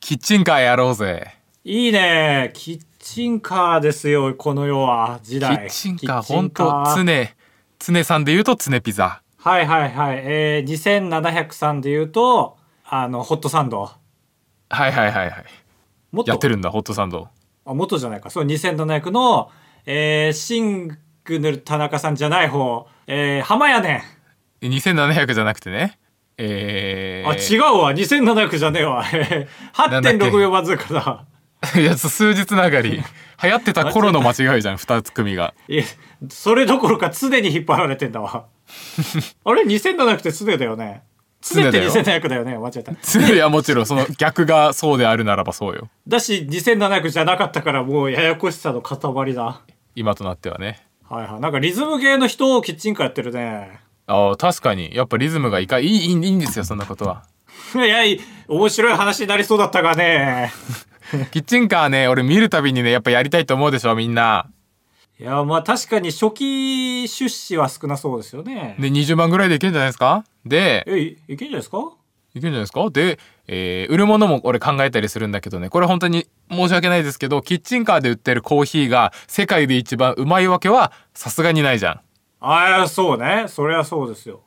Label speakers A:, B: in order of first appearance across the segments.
A: キッチンカーやろうぜ。
B: いいね。キッチンカーですよ、この世は、時
A: キ
B: 代。
A: ッチンカー、
B: キッチ
A: ほ
B: ン
A: ん
B: カー
A: と、常、常さんで言うと常ピザ。
B: はいはいはい。えー、2703で言うと、あの、ホットサンド。
A: はいはいはいはい。
B: もっと
A: やってるんだ、ホットサンド。
B: あ、元じゃないか。そう、2700の、えー、シングル田中さんじゃない方、えー、浜やね
A: 2700じゃなくてね。えー、
B: ん。あ、違うわ。2700じゃねえわ。えー8.6秒バズーカだ。
A: いや、数日なが り、流行ってた頃の間違いじゃん、二つ組が。
B: いや、それどころか常に引っ張られてん だわ。あれ ?2700 って常だよね。常って
A: 常
B: 2700だよね。間 違えた。
A: いや、もちろん、その逆がそうであるならばそうよ。
B: だし、2700じゃなかったからもうややこしさの塊だ。
A: 今となってはね。
B: はいはい。なんかリズム系の人をキッチンカーやってるね。
A: ああ、確かに。やっぱリズムがいいか、いい、いいいいんですよ、そんなこと は。
B: いや、い面白い話になりそうだったがね。
A: キッチンカーね、俺見るたびにね、やっぱやりたいと思うでしょ、みんな。
B: いや、まあ確かに初期出資は少なそうですよね。
A: で、20万ぐらいでいけるんじゃないですかで、
B: え、いいけんじゃないですか
A: いけるんじゃないですかで、えー売るものも俺考えたりするんだけどね、これ本当に申し訳ないですけど、キッチンカーで売ってるコーヒーが世界で一番うまいわけはさすがにないじゃん。
B: ああ、そうね。そりゃそうですよ。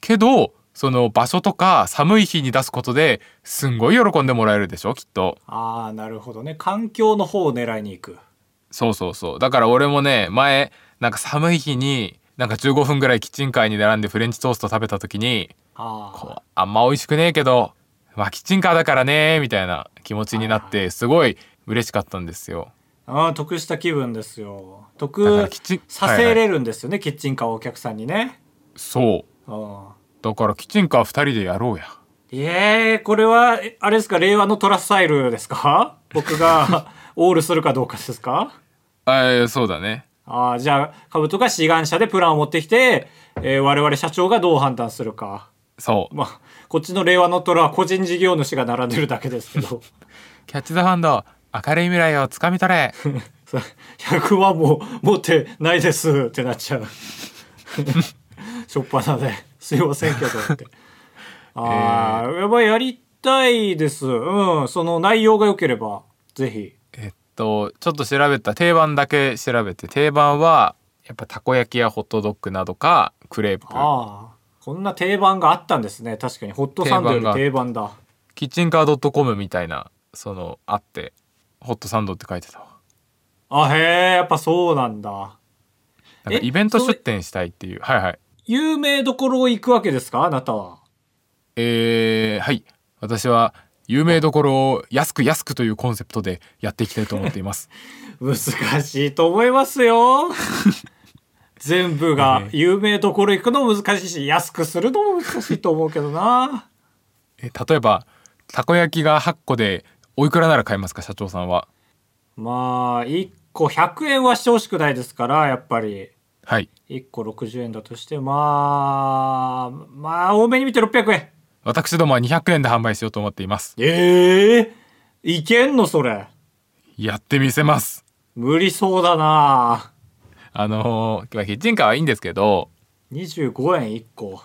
A: けどその場所とか寒い日に出すことですんごい喜んでもらえるでしょきっと
B: ああ、なるほどね。環境の方を狙いに行く。
A: そうそうそうだから俺もね前なんか寒い日になんか15分ぐらいキッチンカーに並んでフレンチトースト食べた時に
B: あ
A: こうあんま美味しくねえけどまあキッチンカーだからねみたいな気持ちになってすごい嬉しかったんですよ
B: あ。ああ、得した気分ですよ。
A: だから
B: 得
A: キッチン
B: させれるんですよね、キッチンカーをお客さんにね。
A: そう
B: うん。
A: だからキッチンカー2人でやろうや
B: ええこれは、えあれですか、令和のトラスタイルですか僕が オールするかどうかですか
A: えー、そうだね
B: ああ、じゃあ、株とか志願者でプランを持ってきて、えー我々社長がどう判断するか。
A: そう
B: まあ、こっちの令和の虎は個人事業主が並んでるだけですけど。
A: キャッチ・ザ・ハンド明るい未来をつかみ取 れ
B: さ100万も持ってないですってなっちゃう。 しょっぱなで。すいませんけどって。ああ、やばい、やりたいです。うん、その内容が良ければ、ぜひ。
A: えっとちょっと調べた定番だけ調べて定番はやっぱたこ焼きやホットドッグなどかクレープ
B: ああ、こんな定番があったんですね。確かに、ホットサンドより定番だ。
A: キッチンカー .com みたいなそのあってホットサンドって書いてたわ
B: あ、へえ、やっぱそうなんだ。
A: なん
B: え
A: かイベント
B: それ
A: 出店したいっていうはいはい
B: 有名どころを行くわけですかあなたは。
A: えー、はい私は有名どころを安く安くというコンセプトでやっていきたいと思っています
B: 難しいと思います よ。全部が有名どころ行くのも難しいし、安くするのも難しいと思うけどな。
A: え例えばたこ焼きが8個でおいくらなら買えますか社長さんは
B: まあ、1個100円はしてほしくないですから、やっぱり。
A: はい
B: 1個60円だとして、まあ、まあ、多めに見て600円。
A: 私どもは200円で販売しようと思っています
B: ええいけんのそれ。
A: やってみせます
B: 無理そうだな。
A: あのーまあキッチンカーはいいんですけど
B: 25円1個。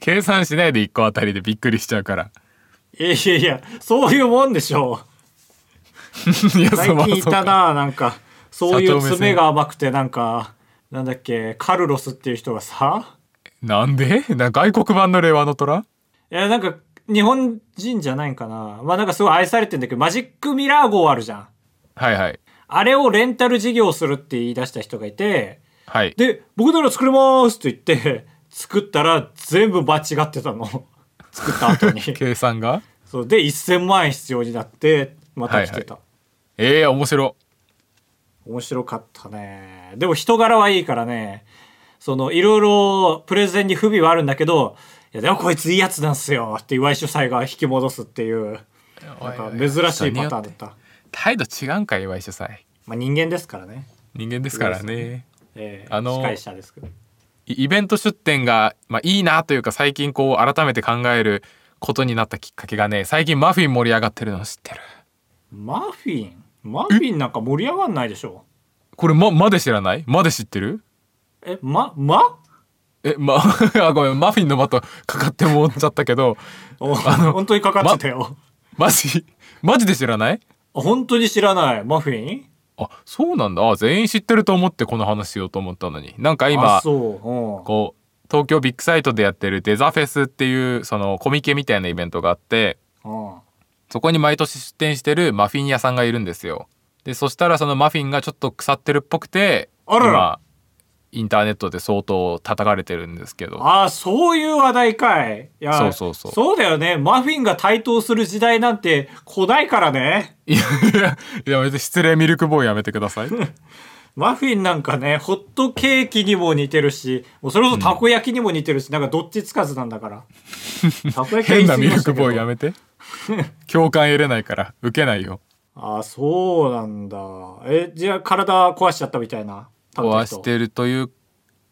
A: 計算しないで1個あたりでびっくりしちゃうから
B: いやいやいや、そういうもんでしょう。
A: いや
B: 最近いたななんかそうい
A: 社長
B: う
A: 目線
B: 爪が甘くてなんかなんだっけカルロスっていう人がさ
A: なんでな外国版の令和の虎
B: いやなんか日本人じゃないんかなまあなんかすごい愛されてんだけどマジックミラー号あるじゃん
A: はいはい
B: あれをレンタル事業するって言い出した人がいて
A: はい
B: で僕なら作れますって言って作ったら全部間違ってたの作った後に
A: 計算が
B: そうで1000万円必要になってまた来てた、
A: ええ面白
B: 面白かったねでも人柄はいいからねそのいろいろプレゼンに不備はあるんだけどいやでもこいついいやつなんすよって岩井主催が引き戻すっていうなんか珍しいパターンだった、
A: 態度違うんか岩井主催
B: まあ、人間ですからね、
A: 人間ですからね
B: えー
A: あのー
B: 司会者ですけど
A: イイベント出店が、まあ、いいなというか最近こう改めて考えることになったきっかけがね最近マフィン盛り上がってるの知ってる
B: マフィンマフィンなんか盛り上がんないでしょ
A: これままで知らないまで知ってる
B: えまま
A: えま あごめんマフィンのまとかかってもっちゃったけど
B: お
A: あの
B: 本当にかかってたよ、
A: マジマジで知らない
B: 本当に知らない。マフィン
A: あそうなんだあ全員知ってると思ってこの話しようと思ったのになんか今
B: あ、そう。
A: こう東京ビッグサイトでやってるデザフェスっていうそのコミケみたいなイベントがあって
B: うん。うん。
A: そこに毎年出店してるマフィン屋さんがいるんですよでそしたらそのマフィンがちょっと腐ってるっぽくて
B: あらら
A: 今インターネットで相当叩かれてるんですけど
B: ああ、そういう話題かい。いや、
A: そうそうそう
B: そうだよね。マフィンが台頭する時代なんて来ないからね。
A: いやいやいやめて失礼ミルクボーイやめてくだ さい
B: マフィンなんかね、ホットケーキにも似てるし、もうそれこそたこ焼きにも似てるし、なんかどっちつかずなん だから。たこ焼きは言
A: 変
B: い過
A: な
B: ぎ
A: ミ
B: ま
A: ル
B: し
A: ク
B: たけど
A: ボーイやめ て共感得れないから受けないよ
B: ああ、そうなんだ。え、じゃあ体壊しちゃったみたいな。
A: 壊してるという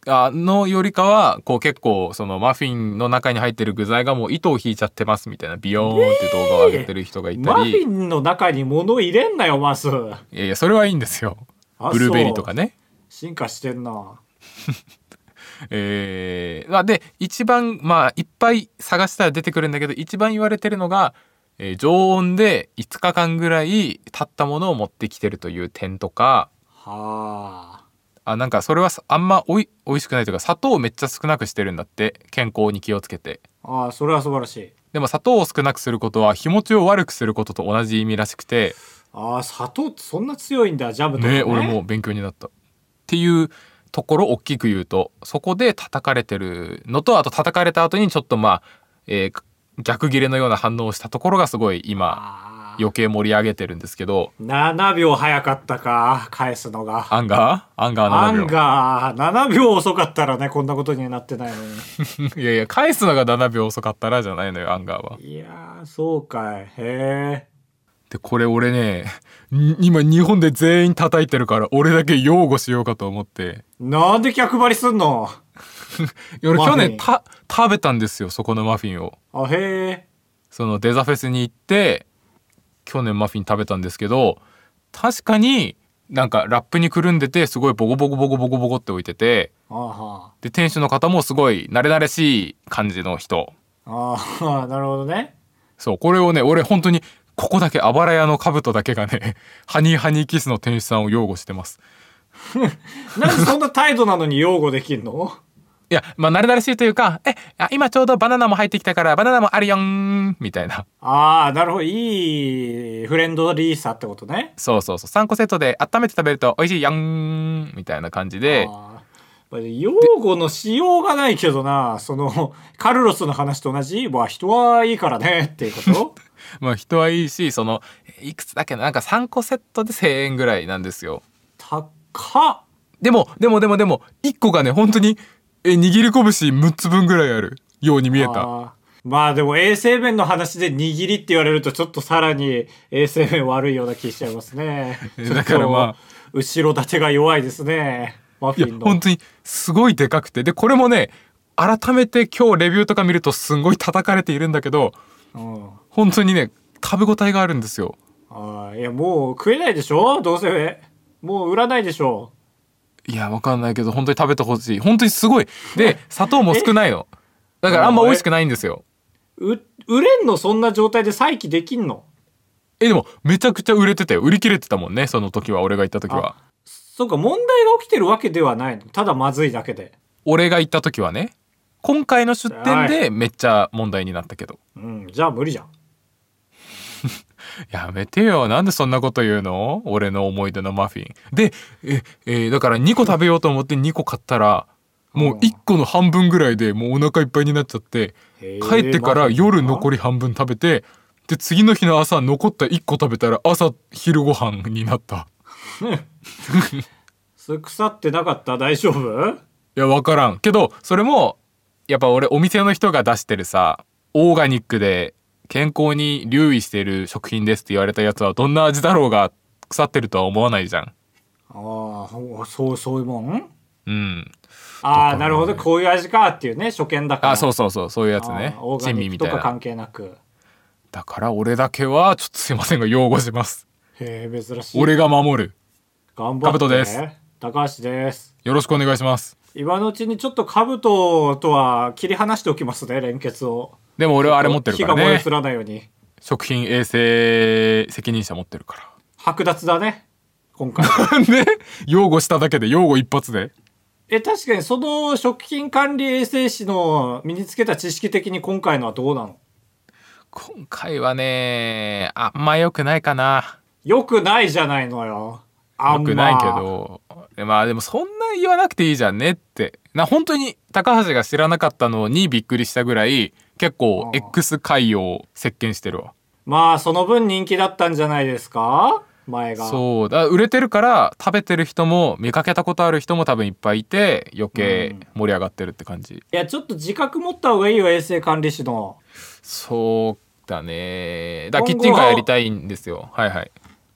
A: あのよりかはこう結構そのマフィンの中に入ってる具材がもう糸を引いちゃってますみたいなビヨーンって動画を上げてる人がいた
B: マフ
A: り、
B: ィンの中に物入れんなよ、まず。
A: いやいやそれはいいんですよ
B: あ
A: ブルーベリーとかね
B: 進化してんな。
A: えーまあ、で一番まあいっぱい探したら出てくるんだけど一番言われてるのが、えー常温で5日間ぐらい経ったものを持ってきてるという点とか
B: はあ。
A: あなんかそれはさあんまおいおいしくないというか砂糖をめっちゃ少なくしてるんだって健康に気をつけて
B: ああ、それは素晴らしい。
A: でも砂糖を少なくすることは日持ちを悪くすることと同じ意味らしくて
B: ああ、砂糖ってそんな強いんだ、ジャムとか、ね。
A: ね俺も。勉強になったっていうところを大きく言うとそこで叩かれてるのとあと叩かれた後にちょっとまあ、えー逆ギレのような反応をしたところがすごい今
B: ああ。
A: 余計盛り上げてるんですけど
B: 7秒早かったか、返すのが。
A: アンガーアンガ
B: ア
A: ー7
B: ン
A: 秒
B: が7秒遅かったらね、こんなことにはなってないの に。
A: いやいや返すのが7秒遅かったらじゃないのよアンガーはい
B: やー、そうかい。へえ。
A: でこれ俺ねに今日本で全員叩いてるから俺だけ擁護しようかと思って
B: なんで逆張りすんの
A: いや俺
B: マ
A: 去
B: フィ
A: 年
B: ン
A: た食べたんですよそこのマフィンを
B: あ、へえ。
A: そのデザフェスに行って去年マフィン食べたんですけど確かになんかラップにくるんでてすごいボコボコボコボコボコって置いてて
B: あーは
A: で店主の方もすごい慣れ慣れしい感じの人
B: ーあー、なるほどね。
A: そうこれをね俺本当にここだけあばら屋の兜だけがね ハニーハニーキスの店主さんを擁護してます
B: なんでそんな態度なのに擁護できんの
A: いやまあ慣れ慣れしいというかえあ今ちょうどバナナも入ってきたからバナナもあるよんみたいな
B: ああ、なるほど。いいフレンドリーさってことね。
A: そうそうそう3個セットで温めて食べると美味しいよんみたいな感じで
B: あー擁護のしようがないけどな、その、カルロスの話と同じ、まあ人はいいからねっていう こと
A: まあ人はいいしそのいくつだっけななんか3個セットで1,000円ぐらいなんですよ
B: 高っ
A: でもでもでもでも1個がね本当にえ握り拳6つ分ぐらいあるように見えた
B: あーまあでも衛生面の話で握りって言われるとちょっとさらに衛生面悪いような気しちゃいますね
A: え だからまあ
B: ちょっと後ろ盾が弱いですねマ
A: い
B: フ
A: や
B: ィンの
A: 本当にすごいでかくてでこれもね改めて今日レビューとか見るとすんごい叩かれているんだけど
B: うん
A: 本当にね食べ応えがあるんですよ
B: あーいやもう食えないでしょどうせもう売らないでしょ
A: いやわかんないけど本当に食べてほしい本当にすごいで砂糖も少ない のだからあんま美味しくないんですよ
B: う売れんのそんな状態で再起できんの
A: えでもめちゃくちゃ売れてて売り切れてたもんねその時は俺が行った時は
B: そうか問題が起きてるわけではないのただまずいだけで
A: 俺が行った時はね今回の出店
B: は
A: でめっちゃ問題になったけど
B: うんじゃあ無理じゃん
A: やめてよなんでそんなこと言うの俺の思い出のマフィンでえ、えーだから2個食べようと思って2個買ったらもう1個の半分ぐらいでもうお腹いっぱいになっちゃって
B: へー
A: 帰ってから夜残り半分食べてで次の日の朝残った1個食べたら朝昼ご飯になった
B: それ腐ってなかった大丈夫
A: いや分からんけどそれもやっぱ俺お店の人が出してるさオーガニックで健康に留意してる食品ですって言われたやつはどんな味だろうが腐ってるとは思わないじゃん
B: ああほそうそういうもん
A: うん
B: ああ、なるほど。こういう味かっていうね、初見だから。
A: あそううそうそうそういうやつね
B: オーガ
A: 珍味
B: ニッ
A: み
B: クと
A: たい
B: か
A: な
B: 関係なく。
A: だから俺だけはちょっとすいませんが擁護します
B: へえ、珍しい。
A: 俺が守る
B: 頑張って、
A: 兜です。
B: 高橋です。
A: よろしくお願いします
B: 今のうちにちょっと兜とは切り離しておきますね、連結を。
A: でも俺はあれ持ってるから
B: 火が燃え
A: ね
B: 移らないように。
A: 食品衛生責任者持ってるか
B: 剥奪だね 今回
A: らね擁護しただけで擁護一発で
B: え確かにその食品管理衛生士の身につけた知識的に今回のはどうなの
A: 今回はねあんま良くないかな
B: よくないじゃないのよあん
A: 良
B: ま
A: くないけどまあでもそんな言わなくていいじゃんねってな本当に高橋が知らなかったのにびっくりしたぐらい結構
B: あ
A: X 回を席巻してるわ
B: まあその分人気だったんじゃないですか前が
A: そうだ売れてるから食べてる人も見かけたことある人も多分いっぱいいて余計盛り上がってるって感じ、
B: いやちょっと自覚持った方がいいよ衛生管理士の
A: そうだねだ
B: 今
A: キ
B: 後
A: ッチンカーやりたいんですよはいはい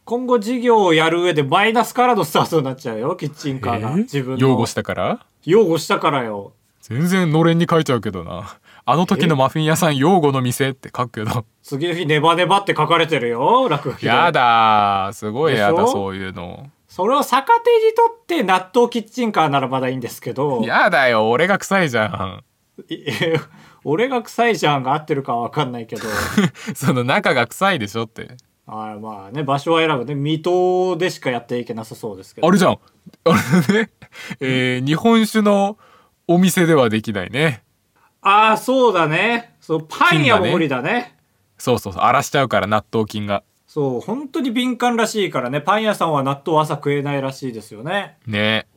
B: 今後事業をやる上でマイナスからのスタートになっちゃうよキッチンカーが、
A: えー
B: 自分の
A: 擁護したから
B: 擁護したからよ
A: 全然のれんに書いちゃうけどなあの時のマフィン屋さん擁護の店って書くけど
B: 次の日ネバネバって書かれてるよ落書きで
A: やだーすごいや
B: で
A: だ
B: しょ
A: そういうの
B: それを逆手にとって納豆キッチンカーならまだいいんですけど
A: やだよ俺が臭いじゃん
B: い俺が臭いじゃんが合ってるかは分かんな いけど
A: その中が臭いでしょって
B: あーまあね場所は選ぶね水戸でしかやっていけなさそうですけど
A: あれじゃんあれね、えー日本酒のお店ではできないね
B: ああそうだねそうパン屋も無理だね
A: そうそうそう荒らしちゃうから納豆菌が
B: そう本当に敏感らしいからねパン屋さんは納豆朝食えないらしいですよね
A: ね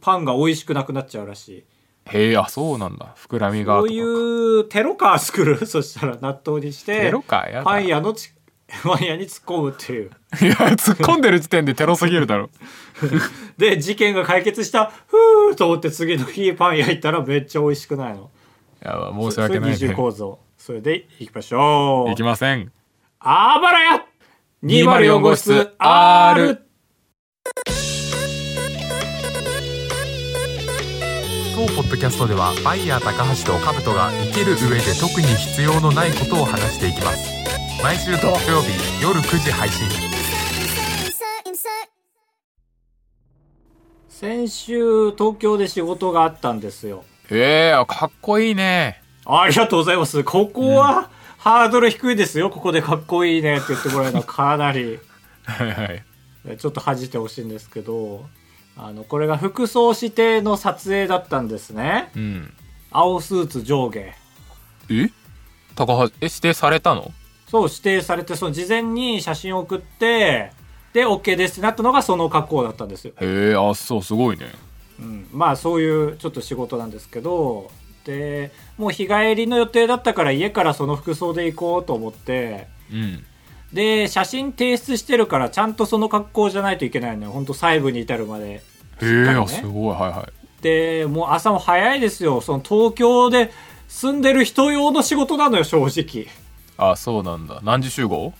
B: パンが美味しくなくなっちゃうらしい
A: へえあそうなんだ膨らみがと
B: そ
A: か
B: ういうテロカー作る そしたら納豆にして
A: テロかやだ
B: パン屋のち パン屋に突っ込むっていう
A: いや突っ込んでる時点でテロすぎるだ ろ
B: で事件が解決したふーと思って次の日パン屋行ったらめっちゃ美味しくないの
A: いや申し訳ない
B: それ二重
A: ね
B: 構造それでいきましょう
A: いきません
B: あばらや
A: 204号室
B: R
A: 当ポッドキャストではバイヤー高橋とカブトが生きる上で特に必要のないことを話していきます毎週土曜日夜9時配信
C: insert, insert.
B: 先週東京で仕事があったんですよ
A: ええかっこいいね
B: ありがとうございますここはハードル低いですよここでかっこいいねって言ってもらえるのはかなり
A: はいはい
B: ちょっと恥じてほしいんですけどあのこれが服装指定の撮影だったんですね
A: うん
B: 青スーツ上下
A: え高橋え指定されたの
B: そう指定されてその事前に写真を送ってで OK ですってなったのがその格好だったんですよ、
A: へえあそうすごいね
B: うん、まあそういうちょっと仕事なんですけどでもう日帰りの予定だったから家からその服装で行こうと思って
A: うん
B: で写真提出してるからちゃんとその格好じゃないといけないのよほんと細部に至るまで
A: へえ
B: かりね
A: あすごいはいはい
B: でもう朝も早いですよその東京で住んでる人用の仕事なのよ正直
A: あそうなんだ何時集合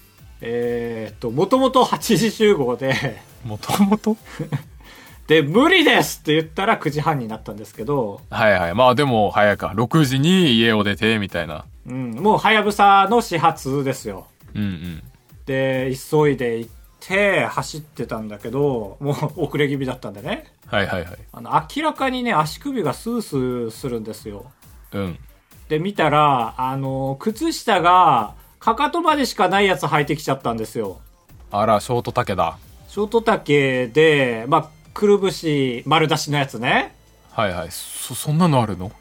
B: えーっともともと8時集合で
A: もともと
B: で無理ですって言ったら9時半になったんですけど、
A: はいはいまあでも早いか6時に家を出てみたいな
B: うん、もうはやぶさの始発ですよ
A: うんうん
B: で急いで行って走ってたんだけどもう遅れ気味だったんでね
A: はいはいはい
B: あの明らかにね足首がスースーするんですよ
A: うん
B: で見たらあの靴下がかかとまでしかないやつ履いてきちゃったんですよ
A: あらショート丈だ
B: ショート丈でまあくるぶし丸出しのやつね
A: はいはいそそんなのあるの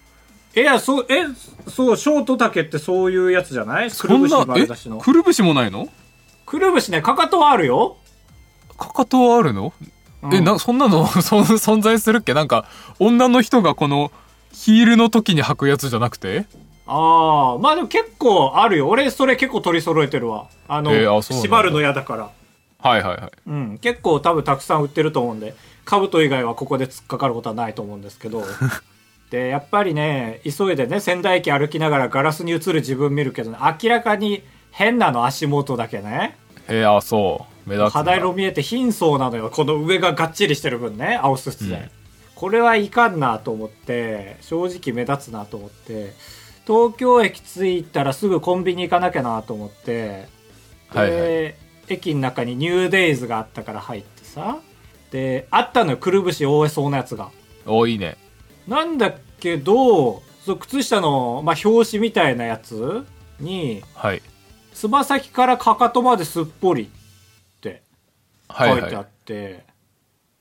B: えいやそうえそうショート丈ってそういうやつじゃないく
A: そ
B: る
A: ん
B: ぶし
A: な
B: 丸出しの
A: くるぶしもないの
B: くるぶしねかかとはあるよ、
A: かかとはあるの、
B: うん
A: えなそんなの そ存在するっけなんか女の人がこのヒールの時に履くやつじゃなくて
B: ああまあでも結構あるよ俺それ結構取り揃えてるわあの、
A: えーあそうなんだ
B: 縛るの嫌だから
A: はいはいはい
B: うん結構多分たくさん売ってると思うんで兜以外はここで突っかかることはないと思うんですけ どでやっぱりね急いでね仙台駅歩きながらガラスに映る自分見るけど、ね、明らかに変なの足元だけね
A: へえあそう目立つんだ
B: 肌色見えて貧相なのよこの上ががっちりしてる分ね青スーツで、これはいかんなと思って正直目立つなと思って東京駅着いたらすぐコンビニ行かなきゃなと思ってで、
A: はいはい
B: 駅の中にニューデイズがあったから入ってさであったのよくるぶし覆えそうなやつが
A: おいいね
B: なんだけどその靴下の、まあ、表紙みたいなやつに
A: はい
B: つま先からかかとまですっぽりって
A: は
B: 書
A: い
B: い
A: はい
B: てあって、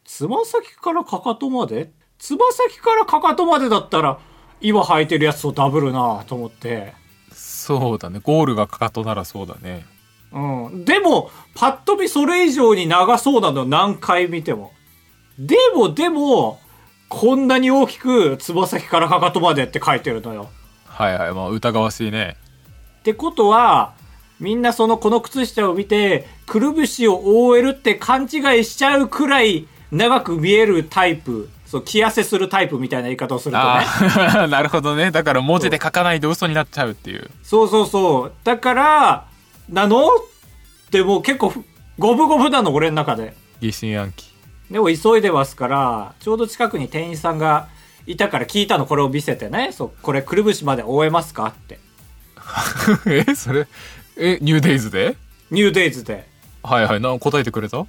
B: つま先からかかとまでつま先からかかとまでだったら今履いてるやつとダブるなと思って。
A: そうだねゴールがかかとならそうだね
B: うん。でも、パッと見それ以上に長そうなの何回見ても。でも、でも、こんなに大きく、つま先からかかとまでって書いてるのよ。
A: はいはいまあ疑わしいね
B: ってことは、みんなそのこの靴下を見て、くるぶしを覆えるって勘違いしちゃうくらい長く見えるタイプ、そう、着痩せするタイプみたいな言い方をするとね。
A: ああ なるほどねだから文字で書かないと嘘になっちゃうっていう
B: そうそうそう。だから、なのってもう結構ふ、五分五分なの、俺の中で。
A: 疑心暗鬼
B: でも急いでますから、ちょうど近くに店員さんがいたから聞いたの、これを見せてね。そう、これくるぶしまで終えますかって。
A: えそれえニューデイズで
B: ニューデイズで。
A: はいはいな答えてくれた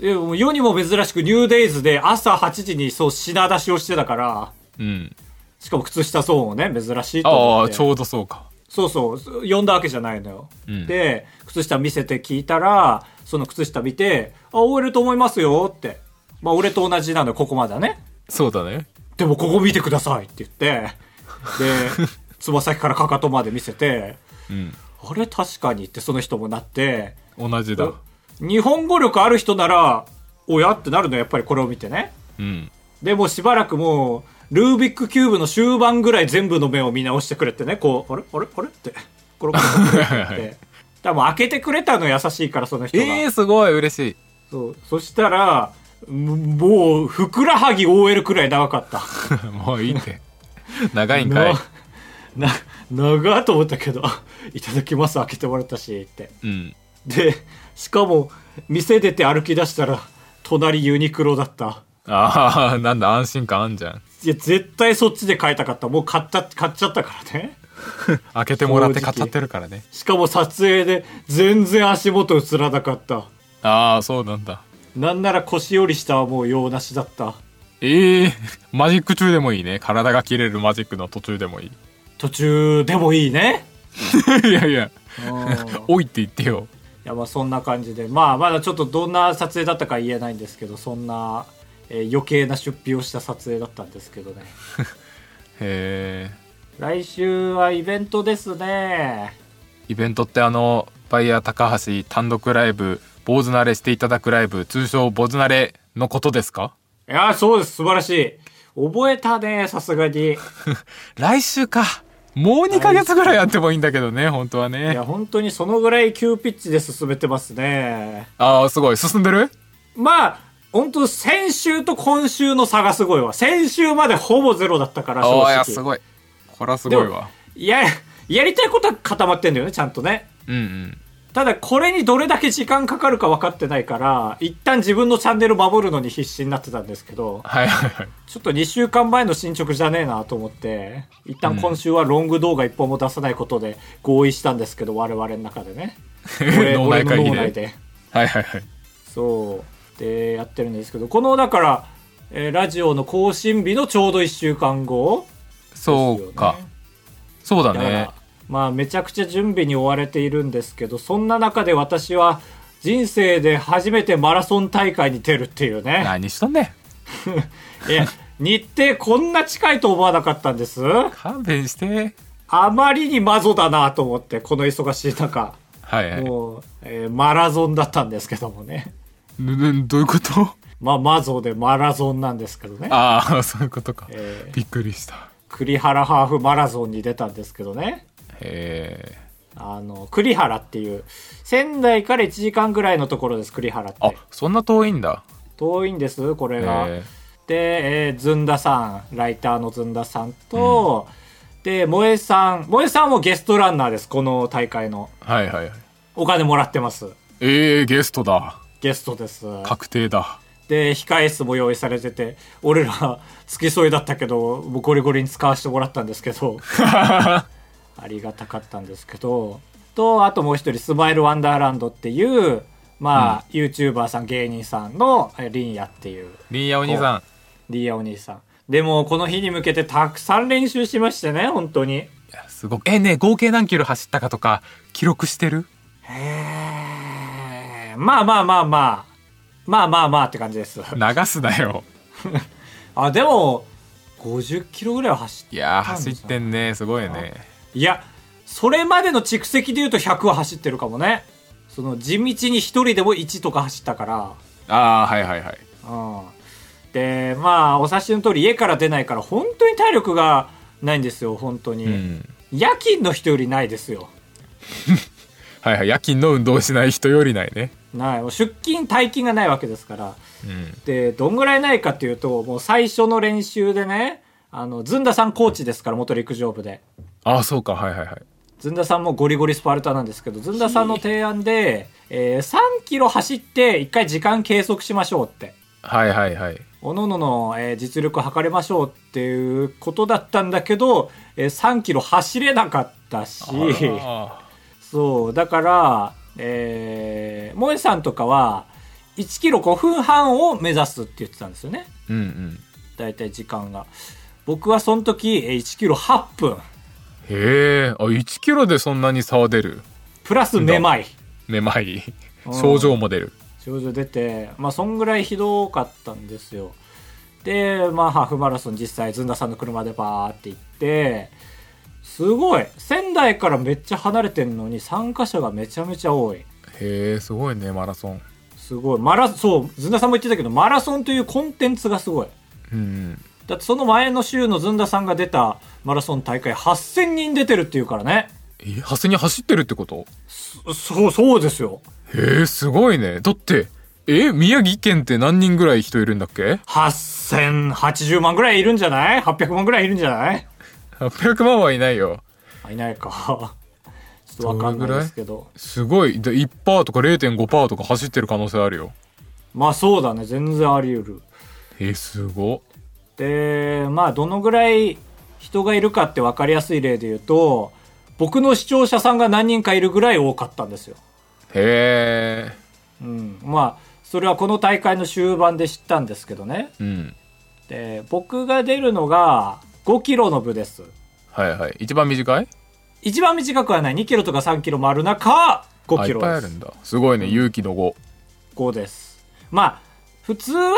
B: いやもう世にも珍しくニューデイズで朝8時にそう品出しをしてたから、
A: うん
B: しかも靴下損をね、珍しいと
A: あ
B: 思っ
A: あ
B: て。
A: ちょうどそうか
B: そうそう、呼んだわけじゃないのよ。
A: うん
B: で、靴下見せて聞いたら、その靴下見て、あ、終えると思いますよって。まあ俺と同じなのよ、ここまではね。
A: そうだね
B: でもここ見てくださいって言って、 で、つま先からかかとまで見せて、
A: うん
B: あれ確かにってその人もなって、
A: 同じだ
B: 日本語力ある人なら、おやってなるのやっぱりこれを見てね。
A: うん
B: でもうしばらくもう、ルービックキューブの終盤ぐらい全部の面を見直してくれてね、こう、あれあれあれって、コロコロコロコロって。多分開けてくれたの優しいから、その人が。
A: えー、すごい嬉しい
B: そう。そしたら、ももう、ふくらはぎ OL くらい長かった。
A: もういいって。長いん かい。
B: な、な、長っと思ったけど、あいただきます、開けてもらったし、って。
A: うん。
B: で、しかも、店出て歩き出したら、隣ユニクロだった。
A: ああ、なんだ、安心感あんじゃん。
B: いや、絶対そっちで買いたかった。もう買った、買っちゃったからね。
A: 開けてもらって
B: 正
A: 買
B: 直
A: っちゃってるからね。
B: しかも撮影で、全然足元映らなかった。
A: ああ、そうなんだ。
B: なんなら腰より下はもう用なしだった。
A: ええマジック中でもいいね。体が切れるマジックの途中でもいい。
B: 途中でもいいね。
A: いやいや、
B: うん
A: おいって言ってよ。
B: いやまあそんな感じでまあまだちょっとどんな撮影だったか言えないんですけどそんな、えー余計な出費をした撮影だったんですけどね
A: へえ。
B: 来週はイベントですね
A: イベントってあの、バイヤー高橋単独ライブ、坊主慣れしていただくライブ、通称坊主慣れのことですか
B: いやそうです素晴らしい覚えたねさすがにい
A: 来週か。もう2ヶ月ぐらいやってもいいんだけどね、本当はね
B: や。本当にそのぐらい急ピッチで進めてますね
A: ああ、すごい。進んでる
B: まあ本当先週と今週の差がすごいわ先週までほぼゼロだったから正
A: あ
B: 直
A: あいやすごいこれはすごいわ
B: いややりたいことは固まってんだよねちゃんとね
A: うんうん
B: ただこれにどれだけ時間かかるか分かってないから一旦自分のチャンネル守るのに必死になってたんですけど
A: はいはいはい
B: ちょっと2週間前の進捗じゃねえなと思って一旦今週はロング動画一本も出さないことで合意したんですけど我々の中で ね俺
A: 脳内
B: 俺の
A: 会議
B: 脳
A: で
B: 内で
A: はいはいはい
B: そうでやってるんですけどこのだから、えーラジオの更新日のちょうど1週間後
A: そうか、
B: ですよね
A: そうだ
B: だから、
A: ね
B: まあめちゃくちゃ準備に追われているんですけどそんな中で私は人生で初めてマラソン大会に出るっていうね
A: 何しとんねん
B: いや日程こんな近いと思わなかったんです
A: 勘弁して
B: あまりにマゾだなと思ってこの忙しい中
A: はいはい
B: もう、えーマラソンだったんですけどもね
A: ぬぬどういうこと
B: まあマゾでマラソンなんですけどね、
A: ああそういうことか、
B: えー
A: びっくりした
B: 栗原ハーフマラソンに出たんですけどね
A: へ
B: あの栗原っていう仙台から1時間ぐらいのところです栗原って
A: えあそんな遠いんだ
B: 遠いんですこれが、
A: へ
B: で、えーずんださんライターのずんださんと、で萌えさん萌えさんもゲストランナーですこの大会の
A: えはいはいはい
B: お金もらってます
A: ええゲストだ
B: ゲストです
A: 確定だ
B: で控え室も用意されてて俺ら付き添いだったけどもうゴリゴリに使わせてもらったんですけ どありがたかったんですけどとあともう一人スマイルワンダーランドっていうまあ、YouTuber さん芸人さんのえリンヤっていう
A: リンヤお兄さん
B: リーヤお兄さん。でも、この日に向けてたくさん練習しましてね、本当に。
A: いやすごくえねえ合計何キロ走ったかとか記録してる
B: へえまあまあまあまあまあまあまあって感じです
A: 流すなよ
B: あでも50キロぐらいは走って
A: いやー走ってんねすごいね
B: いやそれまでの蓄積で言うと100は走ってるかもねその地道に1人でも1とか走ったから
A: ああはいはいはい
B: うんでまあお察しの通り家から出ないから本当に体力がないんですよ本当に、
A: うん
B: 夜勤の人よりないですよ
A: はいはい夜勤の運動しない人よりないね
B: ないもう出勤退勤がないわけですから
A: うん
B: でどんぐらいないかっていうともう最初の練習でねあのずんださんコーチですから元陸上部で
A: ああそうかはいはいはい
B: ずんださんもゴリゴリスパルタなんですけどずんださんの提案で、えー3キロ走って1回時間計測しましょうって
A: はいはいはい
B: おののの、えー実力測れましょうっていうことだったんだけど、えー3キロ走れなかったし
A: あ
B: そうだからえー、萌えさんとかは1キロ5分半を目指すって言ってたんですよね
A: ーうんうん
B: 大体時間が僕はその時えー1キロ8分
A: へえあ1キロでそんなに差は出る
B: プラスめまい
A: めまい
B: うん
A: 症状も出る
B: 症状出てまあそんぐらいひどかったんですよでまあハーフマラソン実際ずんださんの車でバーって行ってすごい仙台からめっちゃ離れてんのに参加者がめちゃめちゃ多い
A: へえすごいねマラソン
B: すごいマラそうずんださんも言ってたけどマラソンというコンテンツがすごい
A: うん
B: だってその前の週のずんださんが出たマラソン大会8000人出てるっていうからね
A: えハセに走ってるってこと
B: そそうそうですよ
A: へえすごいねだってえ宮城県って何人ぐらい人いるんだっけ
B: 8080万ぐらいいるんじゃない ?800 万ぐらいいるんじゃない
A: 800万はいないよ
B: あいないか。 ちょっとわかんないですけど。
A: すごいで1%とか0.5%とか走ってる可能性あるよ
B: まあそうだね。全然あり得る。
A: えすご
B: で、まあどのぐらい人がいるかってわかりやすい例で言うと、僕の視聴者さんが何人かいるぐらい多かったんですよ。
A: へ
B: うん。まあ、それはこの大会の終盤で知ったんですけどね。
A: えうん
B: で、僕が出るのが5キロの部です。
A: はいはい一番短い
B: 一番短くはない。2キロとか3キロもある中、5
A: あ
B: キ
A: いっ
B: ロ
A: ぱい
B: で
A: あ
B: す
A: る。んだすごいね勇気の5
B: 5です。まあ、普通は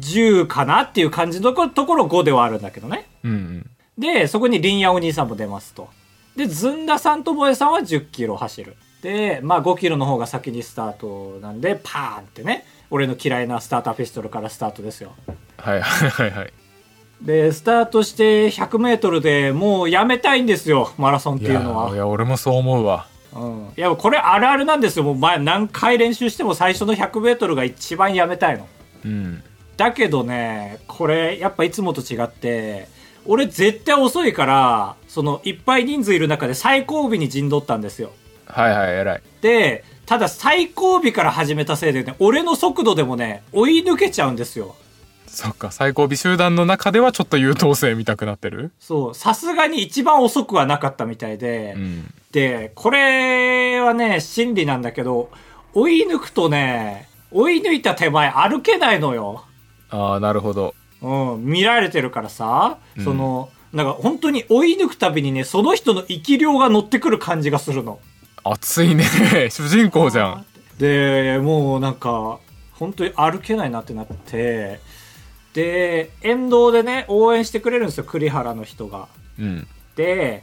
B: 10かなっていう感じのところ5ではあるんだけどね。
A: うんうん
B: で、そこに林野お兄さんも出ますと。で、ずんださんと萌えさんは10キロ走る。で、まあ5キロの方が先にスタートなんで、パーンってね、俺の嫌いなスターターピストルからスタートですよ。
A: はいはいはいはい
B: で、スタートして100メートルでもうやめたいんですよ、マラソンっ
A: い
B: ていう
A: や
B: の
A: い
B: は。
A: や俺もそう思うわ
B: うん。いや、これあるあるなんですよ。もう前何回練習しても最初の100メートルが一番やめたいの。
A: うん
B: だけどねこれやっぱいつもと違って俺絶対遅いからそのいっぱい人数いる中で最後尾に陣取ったんですよ
A: はいはい偉い
B: でただ最後尾から始めたせいでね俺の速度でもね追い抜けちゃうんですよ
A: そっか最後尾集団の中ではちょっと優等生見たくなってる
B: そうさすがに一番遅くはなかったみたいで、
A: うん
B: でこれはね真理なんだけど追い抜くとね追い抜いた手前歩けないのよ
A: ああなるほど
B: うん、見られてるからさ、
A: うん
B: その、なんか本当に追い抜くたびにね、その人の生き量が乗ってくる感じがするの。
A: 熱いね 主人公じゃん
B: で、もうなんか、本当に歩けないなってなって、で、沿道でね、応援してくれるんですよ、栗原の人が。
A: うん
B: で、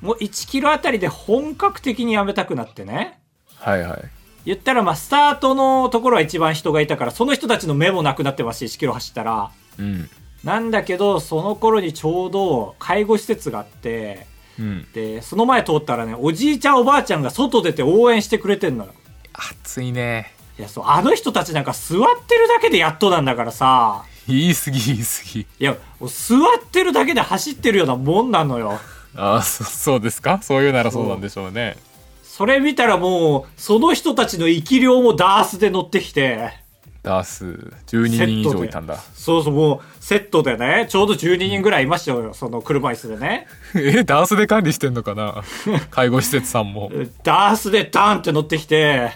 B: もう1キロあたりで本格的にやめたくなってね。
A: はいはい
B: 言ったらまあ、スタートのところは一番人がいたから、その人たちの目もなくなってますし、1キロ走ったら。
A: うん
B: なんだけど、その頃にちょうど介護施設があって、
A: うん
B: で、その前通ったらね、おじいちゃんおばあちゃんが外出て応援してくれてんのよ。
A: 熱いね
B: いや、そう、あの人たちなんか座ってるだけでやっとなんだからさ、
A: 言い過ぎ言い過ぎ
B: いや、もう座ってるだけで走ってるようなもんなのよ。
A: ああそそうですかそういうならそうなんでしょうね
B: それ見たらもう、その人たちの生き量もダースで乗ってきて、
A: ダース12人以上いたんだ
B: そうそう、もうセットでね、ちょうど12人ぐらいいましたよ、その車椅子でね。
A: えダースで管 理してんのか な介護施設さんも
B: ダースでダンって乗ってきて、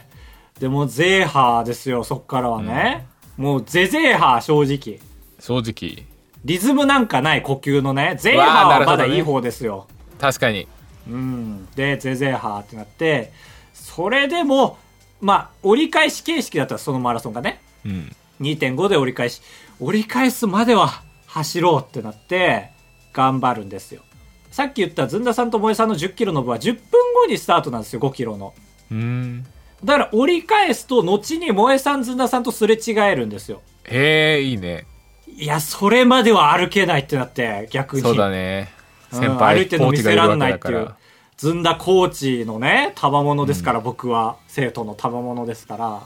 B: でもうゼーハーですよ、そっからはね。もうゼゼーハー、正直。
A: 正直
B: リズムなんかない呼吸のね、ゼー
A: わ
B: ハ
A: あな
B: ー
A: るほ
B: はま
A: どね
B: だいい方ですよ。
A: 確かに
B: うん。で、ゼゼーハーってなって、そこれでもまあ折り返し形式だったらそのマラソンがね
A: うん
B: 2.5で折り返し折り返すまでは走ろうってなって頑張るんですよさっき言ったずんださんと萌えさんの1 0キロの部は10分後にスタートなんですよ5キロの
A: うん
B: だから折り返すと後に萌えさんずんださんとすれ違えるんですよ
A: へえいいね
B: いやそれまでは歩けないってなって逆に
A: そうだね
B: うん
A: 先輩、
B: 歩いてるの見せらんないって
A: コーチがるわ
B: い
A: けだ
B: う
A: か
B: ずんだコーチのね賜物ですから、僕は生徒の賜物ですから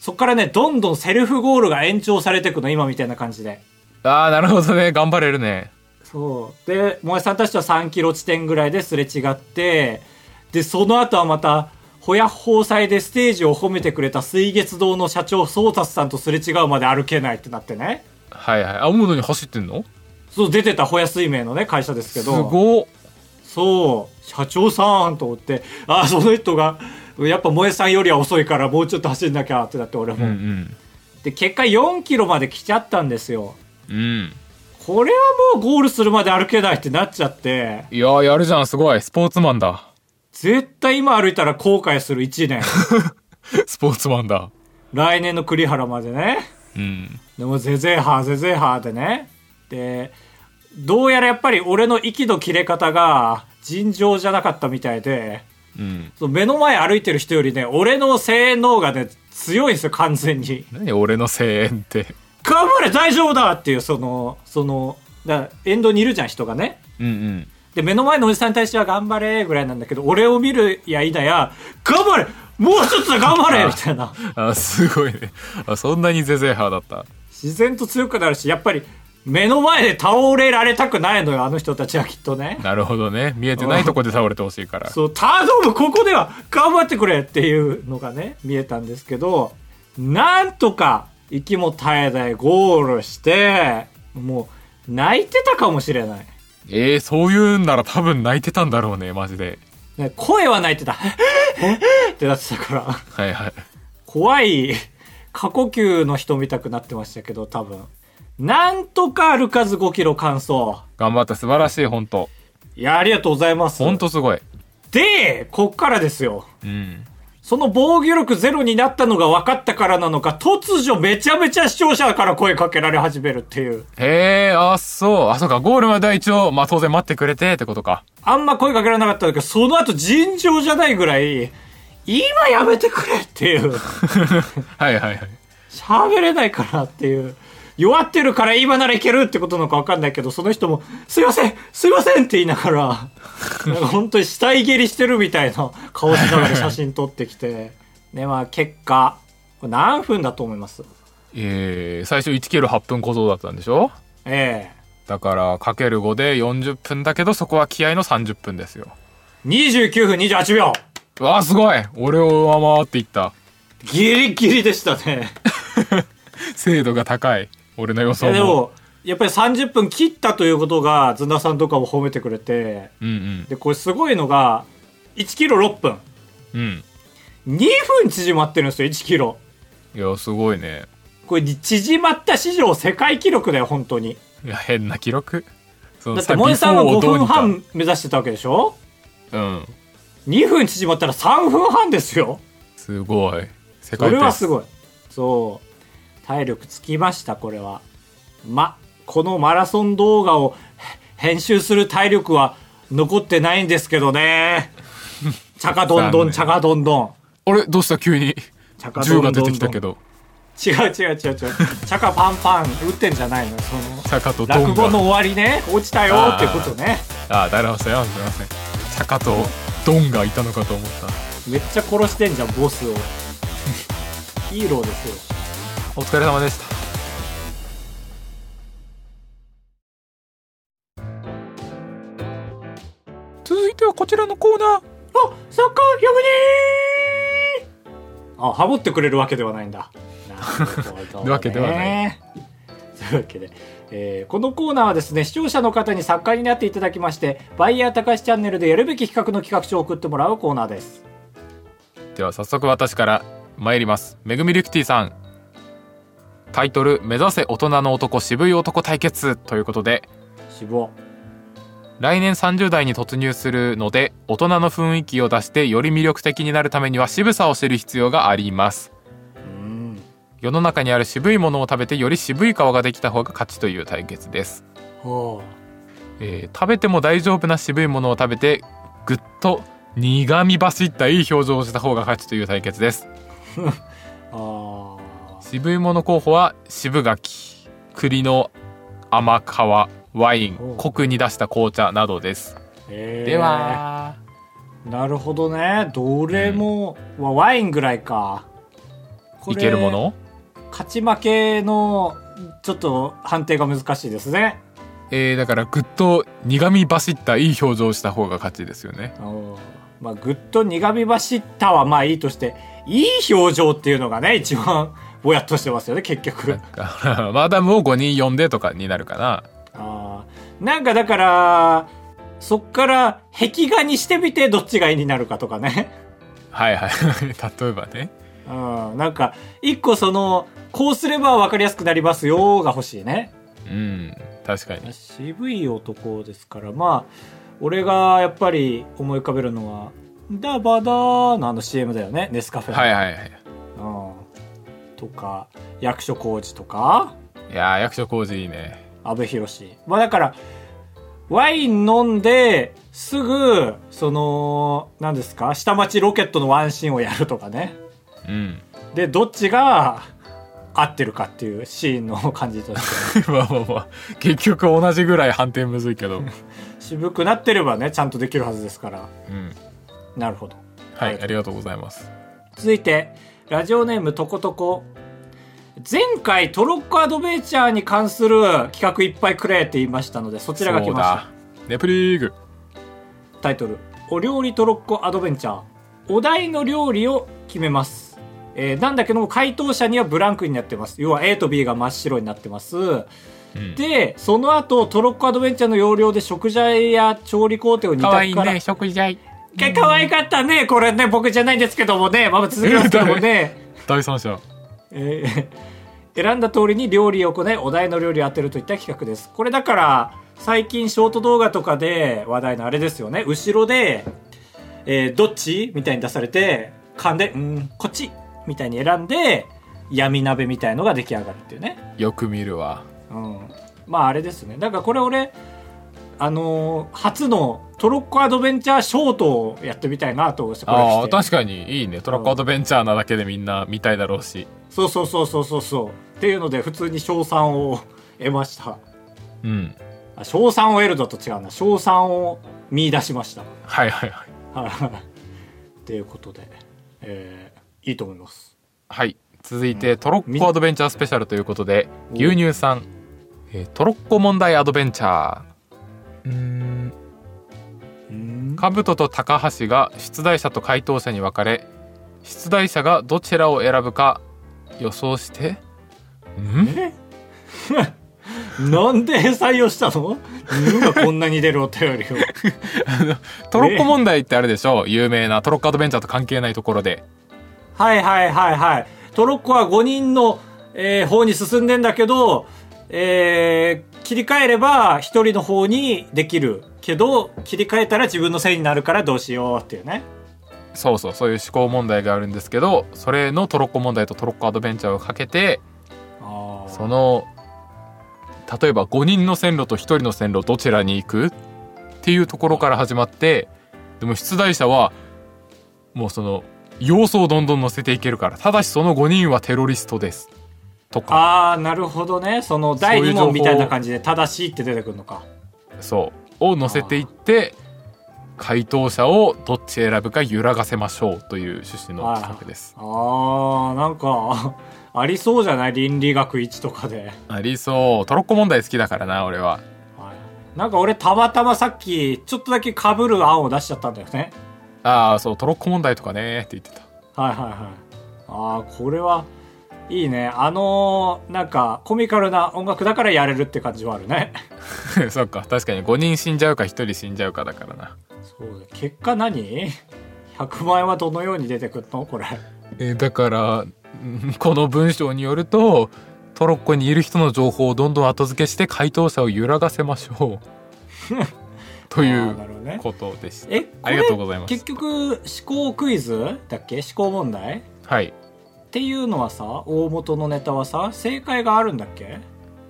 B: そっからねどんどんセルフゴールが延長されていくの今みたいな感じで
A: らああなるほどね頑張れるね
B: そうで萌えさんたちとは3キロ地点ぐらいですれ違ってでその後はまたほや豊祭でステージを褒めてくれた水月堂の社長宗達さんとすれ違うまで歩けないってなってね
A: はいはいあもうのに走ってんの
B: そう出てたほや水明のね会社ですけ
A: す
B: ど
A: ごっ
B: そう、社長さんと思って、ああ、その人が、やっぱ萌えさんよりは遅いからもうちょっと走んなきゃってなって俺
A: う
B: も。
A: ん
B: で、結果4キロまで来ちゃったんですよ。
A: うんうん
B: これはもうゴールするまで歩けないってなっちゃって、
A: いやーやるじゃんすごいスポーツマンだ
B: 絶対今歩いたら後悔する1年。
A: スポーツマンだ
B: 来年の栗原までね。
A: うん
B: でも、ぜぜはぜぜはでね。で、どうやらやっぱり俺の息の切れ方が尋常じゃなかったみたいで、
A: うん
B: そう目の前歩いてる人よりね、俺の性能がね、強いんですよ、完全に。
A: 何俺の声援って
B: 頑張れ大丈夫だっていう、その、その、だから沿道にいるじゃん、人がね。
A: うんうん
B: で、目の前のおじさんに対しては頑張れぐらいなんだけど、俺を見るや否や、頑張れもうちょっと頑張れみたいな。
A: あすごいねあそんなにゼゼハだった
B: 自然と強くなるし、やっぱり、目の前で倒れられたくないのよ、あの人たちはきっとね。
A: なるほどね見えてないとこで倒れてほしい から
B: そう、頼む、ここでは頑張ってくれっていうのがね、見えたんですけど、なんとか、息も絶え絶えゴールして、もう、泣いてたかもしれない。
A: えー、そういうんなら多分泣いてたんだろうねマジで
B: ね声は泣いてた。えってなってたから、
A: はいはい
B: 怖い、過呼吸の人見たくなってましたけど、多分。なんとか歩かず5キロ完走。
A: 頑張った素晴らしい本当
B: いや、ありがとうございます。
A: 本当すごい
B: で、こっからですよ。
A: うん
B: その防御力ゼロになったのが分かったからなのか、突如めちゃめちゃ視聴者から声かけられ始めるっていう。
A: へえあそうあそうかゴールまでは一応まあ当然待ってくれてってことか
B: あんま声かけられなかったんだけど、その後尋常じゃないぐらい、今やめてくれっていう。
A: はいはいはい
B: 喋れないからっていう。弱ってるから今ならいけるってことなのか分かんないけど、その人も、すいませんすいませんって言いながら、なんか本当に死体蹴りしてるみたいな顔しながら写真撮ってきて。ね、まあ結果、これ何分だと思います
A: えー、最初1キロ8分小僧だったんでしょ
B: ええ
A: だからかける5で40分だけどそこは気合の30分ですよ
B: 29分28秒
A: うわあすごい俺を上回っていった
B: ギリギリでしたね。
A: 精度が高い俺の予
B: い
A: 想
B: や
A: も
B: でも、やっぱり30分切ったということが、ずんださんとかも褒めてくれて、
A: うん
B: で、これすごいのが、1キロ6分。
A: うんうん
B: 2分縮まってるんですよ、1キロ。
A: いやすごいね
B: これ、縮まった史上世界記録だよ、本当に。
A: いや変な記録そ
B: だって、萌えさんは
A: ビフォー
B: 5
A: をどう
B: 分
A: にか
B: 半目指してたわけでしょ
A: うん
B: ?2 分縮まったら3分半ですよ。
A: すごい世
B: こ
A: 界
B: れ
A: ペ
B: は
A: ー
B: す
A: ス
B: ごい。そう。体力つきました、これは。ま、このマラソン動画をへ編集する体力は残ってないんですけ どね。チャカどんど
A: 残
B: ん、
A: 念
B: チャカどんどん。
A: あれどうした急に
B: チャカど
A: 銃
B: んど
A: が
B: ん
A: 出
B: ど
A: て
B: ん。
A: きたけ。ど
B: 違う違う違う違う。チャカパンパン打ってんじゃないのよその、
A: 坂とドン
B: 落語
A: が
B: の終わりね、落ちたよってことね。
A: あ誰もすいませんすいません坂とドンがいたのかと思った
B: めっちゃ殺してんじゃん、ボスを。ヒーローですよ。
A: お疲れ様でした続いてはこちらのコーナー
B: あサッカー逆にあハモってくれるわけではないんだ。な。
A: わけではない
B: というわけで、えーこのコーナーはですね視聴者の方に作家になっていただきましてバイヤーたかしチャンネルでやるべき企画の企画書を送ってもらうコーナーです。
A: では早速私から参りますめぐみリュクティさんタイトル「目指せ大人の男渋い男対決」ということで
B: 志望
A: 来年30代に突入するので大人の雰囲気を出してより魅力的になるためには渋さを知る必要があります
B: うん
A: 世の中にある渋いものを食べてより渋い顔ができた方が勝ちという対決です、
B: ほ
A: えー食べても大丈夫な渋いものを食べてぐっと苦み走ったいい表情をした方が勝ちという対決です
B: うああ
A: 渋いもの候補は渋柿栗の甘皮ワイン
B: おう
A: コクに出した紅茶などです
B: えー
A: では
B: なるほどねどれも、わワインぐらいかこ
A: い
B: れ
A: けるもの
B: 勝ち負けのちょっと判定が難しいですね
A: えー、だからぐっと苦み走ったいい表情をした方が勝ちですよね
B: うんまあぐっと苦み走ったはまあいいとしていい表情っていうのがね一番ぼやっとしてますよね結局
A: だから マダムを5人呼んでとかになるかな
B: あーなんかだからそっから壁画にしてみてどっちが絵になるかとかね、
A: はいはい 例えばね
B: うん、なんか一個そのこうすれば分かりやすくなりますよが欲しいね
A: うん確かに
B: 渋い男ですからまあ俺がやっぱり思い浮かべるのは「ダバダー」のあの CM だよねネスカフェの、
A: はいはいはい
B: うん、とか役所広司とか
A: いやー役所工事いいね
B: 阿部寛まあだからワイン飲んですぐその何ですか下町ロケットのワンシーンをやるとかね
A: うん
B: でどっちが合ってるかっていうシーンの感じ とし て
A: まあまあまあ結局同じぐらい判定むずいけど
B: 渋くなってればねちゃんとできるはずですから
A: うん
B: なるほど
A: はいありがとうございます
B: 続いてラジオネームとことこ前回トロッコアドベンチャーに関する企画いっぱいくれって言いましたのでそちらが来ました
A: そうだネプリーグ
B: タイトル「お料理トロッコアドベンチャー」お題の料理を決めます、えーなんだけども回答者にはブランクになってます要は A と B が真っ白になってます、
A: ん
B: でその後トロッコアドベンチャーの要領で食材や調理工程を2択
A: か
B: から
A: わいいね食材
B: か可愛かったねこれね僕じゃないんですけどもねまあ続きますけども ね
A: 第三者
B: えー選んだ通りに料理を行いお題の料理を当てるといった企画ですこれだから最近ショート動画とかで話題のあれですよね後ろで、えーどっちみたいに出されて噛んでうんこっちみたいに選んで闇鍋みたいのが出来上がるっていうね
A: よく見るわ
B: うん、まああれですねだからこれ俺あのー初のトロッコアドベンチャーショートをやってみたいなと思ってこれ
A: ああ
B: して
A: 確かにいいねトラックアドベンチャーなだけでみんな見たいだろうし
B: そうそうそうそうそうそうっていうので普通に賞賛を得ました
A: うん
B: あ賞賛を得るのと違うな賞賛を見出しました
A: はいはいはい
B: ということで、えーいいと思います
A: はい続いてトロッコアドベンチャースペシャルということで
B: お
A: 牛乳さん、えートロッコ問題アドベンチャーうーん
B: うん
A: カブトと高橋が出題者と回答者に分かれ出題者がどちらを選ぶか予想してん
B: なんで採用したの犬がこんなに出るお便りを
A: トロッコ問題ってあれでしょ有名なトロッコアドベンチャーと関係ないところで
B: はいはいはいはいトロッコは5人の、えー方に進んでんだけど、えー切り替えれば1人の方にできるけど切り替えたら自分のせいになるからどうしようっていうね
A: そうそうそういう思考問題があるんですけどそれのトロッコ問題とトロッコアドベンチャーをかけて
B: あ
A: その例えば5人の線路と1人の線路どちらに行くっていうところから始まってでも出題者はもうその要素をどんどん載せていけるからただしその5人はテロリストですとか
B: ああなるほどねその
A: そうい
B: 第
A: う
B: 2
A: 情報
B: 問みたいな感じで正しいって出てくるのか
A: そうを載せていって回答者をどっち選ぶか揺らがせましょうという趣旨の企画です。
B: あーなんか ありそうじゃない倫理学1とかで、
A: ありそうトロッコ問題好きだからな俺は。
B: なんか俺たまたまさっきちょっとだけ被る案を出しちゃったんだよね
A: ああそうトロッコ問題とかねって言ってた。
B: はいはいはいあーこれはいいねあのーなんかコミカルな音楽だからやれるって感じはあるね
A: そっか確かに5人死んじゃうか1人死んじゃうかだからな、
B: そうだ結果何 ?100 万円はどのように出てくるのこれ
A: えーだから うんこの文章によるとトロッコにいる人の情報をどんどん後付けして回答者を揺らがせましょ とい
B: あーなるほど
A: う
B: ね
A: ことでした、
B: えこ
A: あ
B: れ
A: りがとうございます
B: 結局思考クイズだっけ思考問題っ
A: はい
B: ていうのはさ大元のネタはさ正解があるんだっけ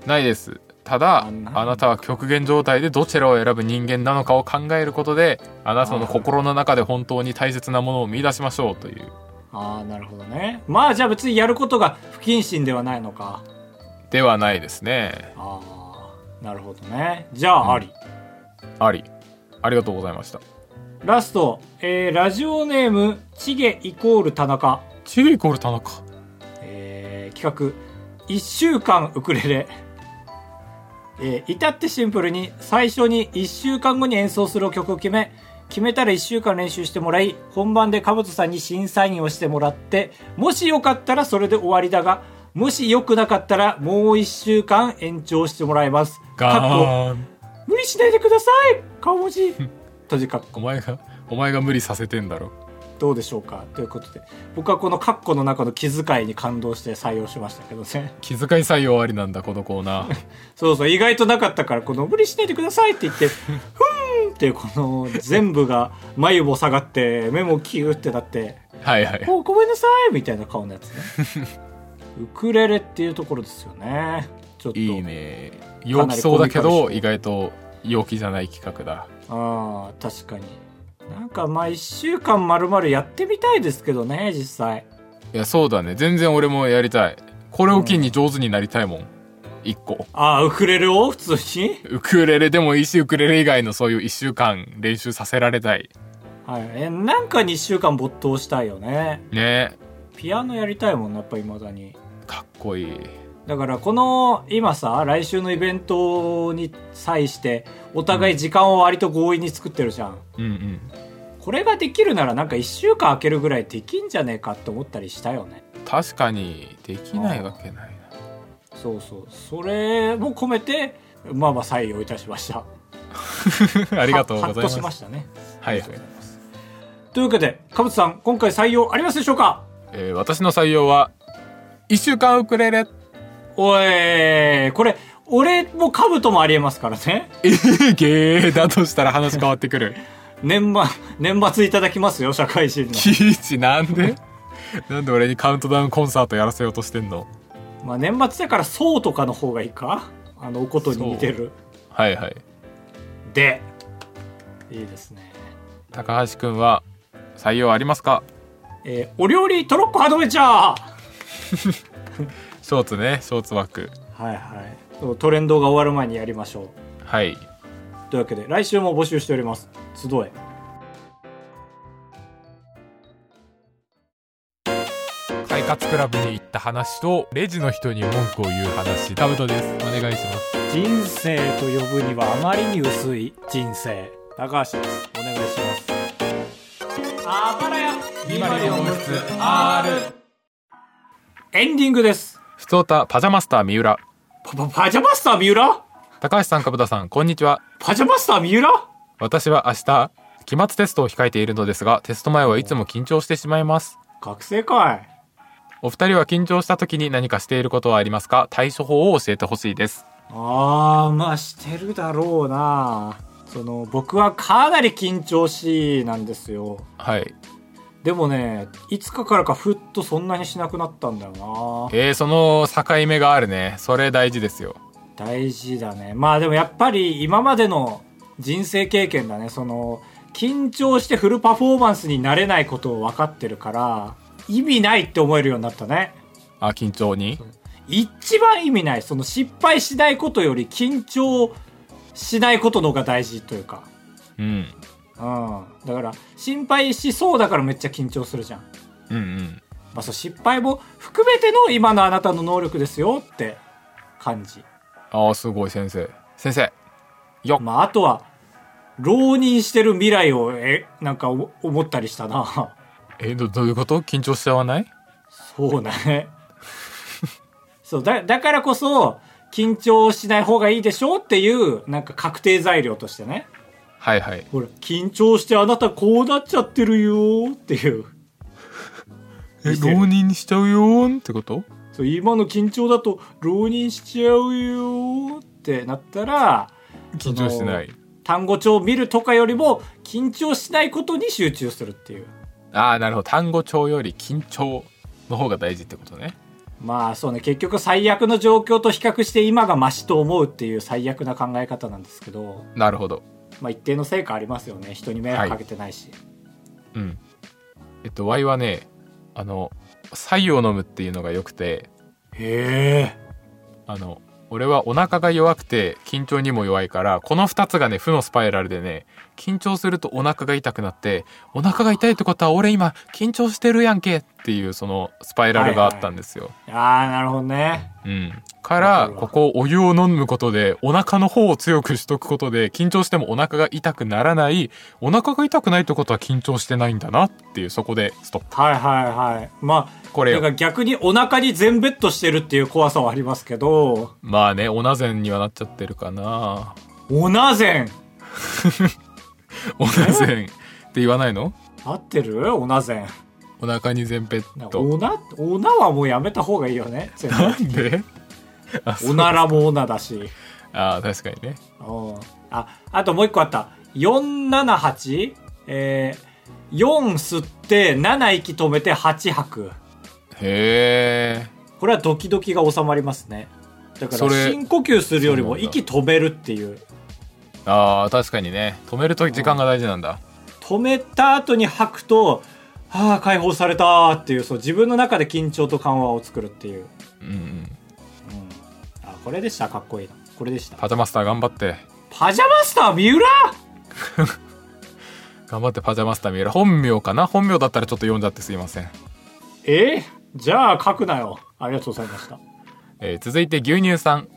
A: ないですただ
B: あ
A: あ
B: ない
A: なたは極限状態でどちらを選ぶ人間なのかを考えることであなたの心の中で本当に大切なものを見出しましょうという
B: ああなるほどねまあじゃあ別にやることが不謹慎ではないのか
A: ではないですね
B: ああなるほどねじゃああり、
A: ありありがとうございました
B: ラスト、えーラジオネームチゲイコール田中、
A: チゲイコール田 中
B: えー企画1週間ウクレレ、えー至ってシンプルに最初に1週間後に演奏する曲を決め決めたら1週間練習してもらい本番でかぶとさんに審査員をしてもらってもしよかったらそれで終わりだがもし良くなかったらもう1週間延長してもらいますかっこ
A: ガーン
B: 無理しないでください顔文字 閉じかっこ
A: お前がお前が無理させてんだろ
B: どうでしょうかということで僕はこのカッコの中の気遣いに感動して採用しましたけどね
A: 気遣い採用ありなんだこのコーナー
B: そうそう意外となかったからこの「無理しないでください」って言って「ふーん」っていうこの全部が眉毛下がって目もキューってなって
A: はいは
B: 「
A: い
B: もうごめんなさい」みたいな顔のやつねウクレレっていうところですよねちょっと
A: いいね陽気そうだけ
B: かなり
A: ど
B: コミカルして
A: 意外と陽気じゃない企画だ
B: あー確かになんかまあ1週間まるまるやってみたいですけどね実際
A: いやそうだね全然俺もやりたいこれを機に上手になりたいもん一個
B: ああウクレレを普通に
A: ウクレレでもいいしウクレレ以外のそういう1週間練習させられたい
B: はい、えなんか2週間没頭したいよね
A: ね
B: ピアノやりたいもんなやっぱいまだに
A: かっこいい
B: だからこの今さ来週のイベントに際してお互い時間を割と強引に作ってるじゃん、
A: うんうん
B: これができるならなんか1週間空けるぐらいできんじゃねえかって思ったりしたよね
A: 確かにできないわけないな
B: そうそうそれも込めてまあまあ採用いたしました
A: ありがとうご
B: は
A: ざ
B: っ
A: いま
B: とし
A: す
B: ましたね
A: はい、
B: というわけでかぶつさん今回採用ありますでしょうか
A: えー私の採用は1週間ウクレレ
B: おいこれ俺もかぶともありえますからね
A: えー、ゲーだとしたら話変わってくる
B: 年末、年末いただきますよ、社会人の。
A: キイチなんでなんで俺にカウントダウンコンサートやらせようとしてんの
B: まあ年末だから、そうとかの方がいいかあの、おことに似てる。
A: はいはい
B: で、いいですね。
A: 高橋くんは採用ありますか
B: えーお料理トロッコアドベンチャーは
A: ショーツねショーツ枠
B: いはいそう。トレンドが終わる前にやりましょ
A: はい。
B: う。というわけで、来週も募集しております。集え。
A: 快活クラブに行った話と、レジの人に文句を言う話、タブトです。お願いします。
B: 人生と呼ぶにはあまりに薄い人生。高橋です。お願いします。あばらやエンディングです。
A: ふつおた、パジャマスター三浦。
B: パパパジャマスター三浦
A: 高橋さん、かぶたさん、こんにちは。
B: パジャマスター三浦
A: 私は明日、期末テストを控えているのですが、テスト前はいつも緊張してしまいます。
B: 学生かい
A: お二人は緊張した時に何かしていることはありますか対処法を教えてほしいです。
B: あーまあしてるだろうなその僕はかなり緊張しいなんですよ
A: はい。
B: でもねいつかからかふっとそんなにしなくなったんだよな
A: えー、その境目があるね。それ大事ですよ。
B: 大事だねまあでもやっぱり今までの人生経験だねその緊張してフルパフォーマンスになれないことを分かってるから意味ないって思えるようになったね
A: あ、緊張に
B: 一番意味ないその失敗しないことより緊張しないことの方が大事というか、
A: うん。
B: うん、だから心配しそうだからめっちゃ緊張するじゃん、ま
A: うんうん。
B: あ、そう失敗も含めての今のあなたの能力ですよって感じ、
A: ああ、すごい、先生。先生。よっ。
B: まあ、あとは浪人してる未来をえなんかお思ったりしたな
A: えどどういうこと緊張しちゃわない
B: そうね そうだだからこそ緊張しない方がいいでしょうっていうなんか確定材料としてね
A: はいはい
B: ほら、緊張してあなたこうなっちゃってるよーっていう。
A: え
B: 見てる
A: 浪人しちゃうよーんってこと
B: そう、今の緊張だと浪人しちゃうよーってなったら、
A: 緊張してない
B: そ単語帳を見るとかよりも緊張しないことに集中するっていう
A: ああなるほど単語帳より緊張の方が大事ってことね
B: まあそうね結局最悪の状況と比較して今がマシと思うっていう最悪な考え方なんですけど、
A: なるほど
B: まあ、一定の成果ありますよね人に迷惑かけてないし、
A: うんえっと Y はねあの白湯を飲むっていうのが良くて
B: へえ
A: あの俺はお腹が弱くて緊張にも弱いからこの2つがね負のスパイラルでね緊張するとお腹が痛くなってお腹が痛いってことは俺今緊張してるやんけっていうそのスパイラルがあったんですよ、
B: ああなるほどね
A: うんか
B: わからるわ
A: ここお湯を飲むことでお腹の方を強くしとくことで緊張してもお腹が痛くならないお腹が痛くないってことは緊張してないんだなっていうそこでストップ
B: はいはいはいまあ
A: これよ
B: だから逆にお腹に全ベッドしてるっていう怖さはありますけど
A: まあねおなぜんにはなっちゃってるかな
B: おなぜん
A: おなぜんって言わないの
B: 合ってるおなぜん
A: お腹に全ペ
B: な
A: ット
B: おなおなはもうやめた方がいいよね全部
A: なんであそう
B: おならもおなだし
A: あー確かにね
B: うんああともう一個あった478えー、4吸って7息止めて8吐く
A: へえ
B: これはドキドキが収まりますねだか
A: そ
B: ら
A: れ
B: 深呼吸するよりも
A: そうなんだ
B: 息止めるっていう
A: あー確かにね止めると時間が大事なんだ
B: 止めた後に吐くとああ解放されたーっていうそう自分の中で緊張と緩和を作るっていう、
A: うんうん
B: うん、あこれでしたかっこいいなこれでした
A: パジャマスター頑張って
B: パジャマスター三浦
A: 頑張ってパジャマスター見える本名かな本名だったらちょっと読んじゃってすいません、
B: えじゃあ書くなよありがとうございました
A: えー続いて牛乳さん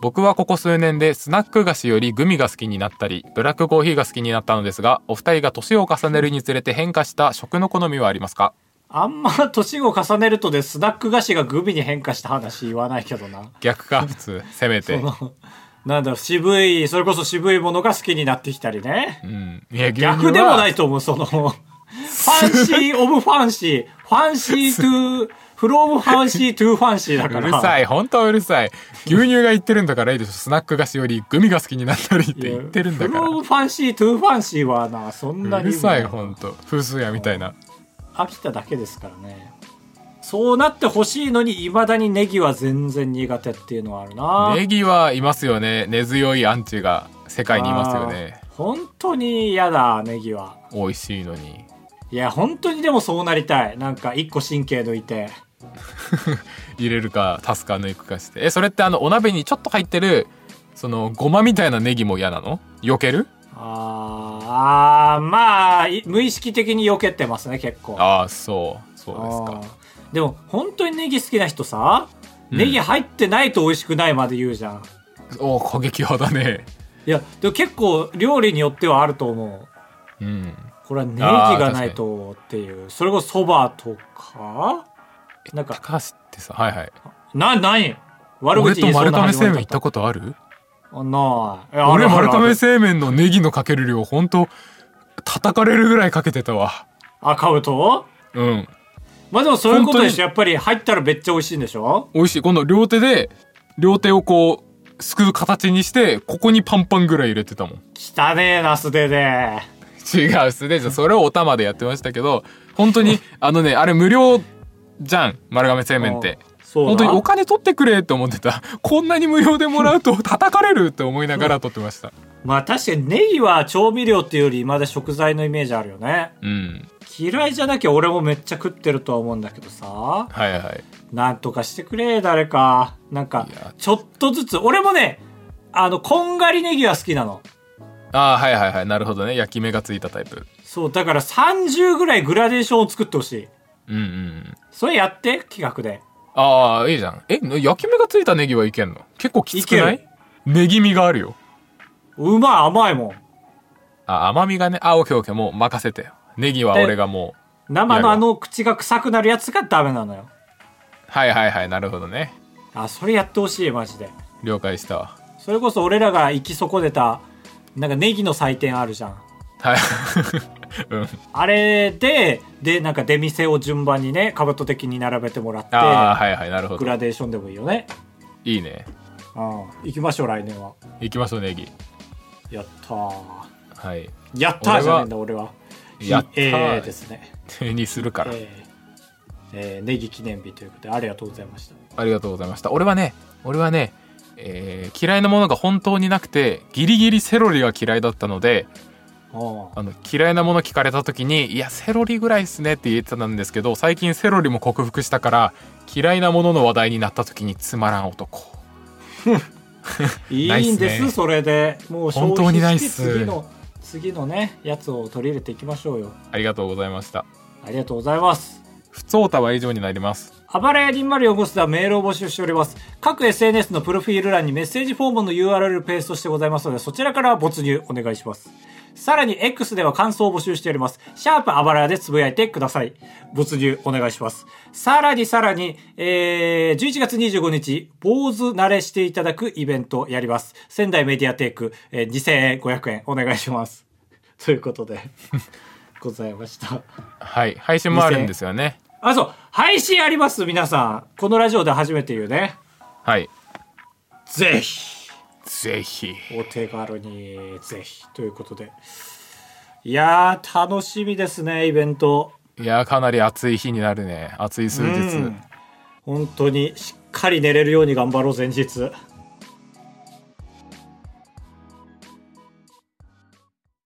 A: 僕はここ数年でスナック菓子よりグミが好きになったりブラックコーヒーが好きになったのですがお二人が年を重ねるにつれて変化した食の好みはありますか
B: あんま年を重ねるとでスナック菓子がグミに変化した話言わないけどな。
A: 逆か普通せめて
B: そのなんだろう、渋い、それこそ渋いものが好きになってきたりね
A: う。んいや牛乳は
B: 逆でもないと思う、その、ファンシーオブファンシー、ファンシートゥー、フロムファンシートゥーファンシーだか
A: う
B: ら。
A: るさ
B: い。
A: い、本当はうるさい。牛乳が言ってるんだからいいでしょ。スナック菓子よりグミが好きになったりって言ってるんだか
B: フ
A: ら
B: ロ。ムファンシートゥーファンシーはな、そんな
A: う
B: に。
A: るさい、本当風水屋みたいな。
B: 飽きただけですからね。そうなってほしいのに、未だにネギは全然苦手っていうのはあるな。
A: ネギはいますよね。根強いアンチが世界にいますよね
B: あ。ー本当に嫌だネギは
A: 美味しいのに。
B: いや本当にでもそうなりたいなんか一個神経抜いて
A: 入れるか、足すか抜くかして。え、それってあの、お鍋にちょっと入ってる、その、ごまみたいなネギも嫌なの避ける
B: あーあーまあい無意識的に避けてますね結構
A: ああ、そう。そうですか。
B: あーでも本当にネギ好きな人さ、
A: うん
B: ネギ入ってないと美味しくないまで言うじゃん
A: おお、過激派だね。
B: いやでも結構料理によってはあると思う
A: うん。
B: これはネギがないとっていうそれこそそばとかなんか
A: 高橋ってさ、はいはい。
B: な何悪
A: 俺と
B: 口言いそう
A: 丸
B: な
A: 亀
B: 始
A: 製
B: まり
A: 麺行
B: だっ
A: ったたことある
B: あないいやあ
A: 俺
B: るある
A: 丸
B: ある
A: 亀製麺のネギのかける量ほんと叩かれるぐらいかけてたわ
B: あ、カブト
A: うん
B: まあでもそういうことでし
A: 本当
B: ょ。
A: に
B: やっぱり入ったらめっちゃ美味しいんでしょ
A: 美味しい今度両手で両手をこうすくう形にしてここにパンパンぐらい入れてたもん
B: 汚ねえな、素手で。
A: 違うすでじゃんそれをお玉でやってましたけど本当 にあのねあれ無料じゃん丸亀製麺って
B: あ。そうだ
A: 本当にお金取ってくれって思ってた こんなに無料でもらうと叩かれるって思いながら取ってました
B: まあ確かにネギは調味料っていうよりまだ食材のイメージあるよね。
A: うん
B: 嫌いじゃなきゃ俺もめっちゃ食ってるとは思うんだけどさ。
A: はいはい
B: なんとかしてくれ、誰か。なんか
A: いや、
B: ちょっとずつ、俺もね、あの、こんがりネギは好きなの。
A: ああはいはいはいなるほどね焼き目がついたタイプ
B: そう、だから30ぐらいグラデーションを作ってほしい。
A: うんうんうん
B: それやって、企画で。
A: ああ、いいじゃん。え、焼き目がついたネギはいけんの結構きつくない
B: いけ
A: ネギ味があるよ。
B: うまい、甘いもん。
A: あ、甘みがね。あ、オッケーオッケー、もう任せてよ。ネギは俺がもう。
B: 生のあの口が臭くなるやつがダメなのよ
A: はいはいはい、なるほどね。
B: あそれやってほしいマジで
A: 了解したわ。
B: それこそ俺らが行き損ねたなんかネギの祭典あるじゃん
A: はい。 うん。
B: あれででなんか出店を順番にねカバト的に並べてもらって
A: ああ、はいはい、なるほ
B: グ
A: ど。
B: ラデーションでもいいよね
A: いいね。
B: うん行きましょう来年は
A: 行きましょう、ネギ。
B: やったー
A: はい
B: やったーじゃねえんだ俺は
A: やったー
B: えーですね
A: 手にするから、
B: えーえーネギ記念日ということでありがとうございました
A: ありがとうございました俺はね俺はね、えー嫌いなものが本当になくてギリギリセロリが嫌いだったので
B: ああ
A: あの嫌いなもの聞かれた時に「いやセロリぐらいっすね」って言えてたんですけど最近セロリも克服したから嫌いなものの話題になった時につまらん男
B: い
A: ない
B: い
A: っ
B: ん
A: すね
B: です、それでもう消
A: 本当にない
B: 費
A: っ
B: して
A: す
B: 次の次のねやつを取り入れていきましょうよ
A: ありがとうございました
B: ありがとうございます
A: 不相たは以上になります
B: 暴れやりんまりを起こすではメールを募集しております。各 SNS のプロフィール欄にメッセージフォームの URL をペーストしてございますので、そちらから没入お願いします。さらに X では感想を募集しております。シャープあばらやでつぶやいてください。没入お願いします。さらにさらに、えー、11月25日、坊主慣れしていただくイベントをやります。仙台メディアテイク、えー、2500円お願いします。ということで、ございました。
A: はい配信もあるんですよね
B: あ、そう、配信あります、皆さん。このラジオで初めて言うね。
A: はい
B: ぜひ、
A: ぜひ
B: お手軽に、ぜひ、ということで。いやー、楽しみですね、イベント。
A: いやかなり暑い日になるね暑い数日
B: うん本当に、しっかり寝れるように頑張ろう、前日。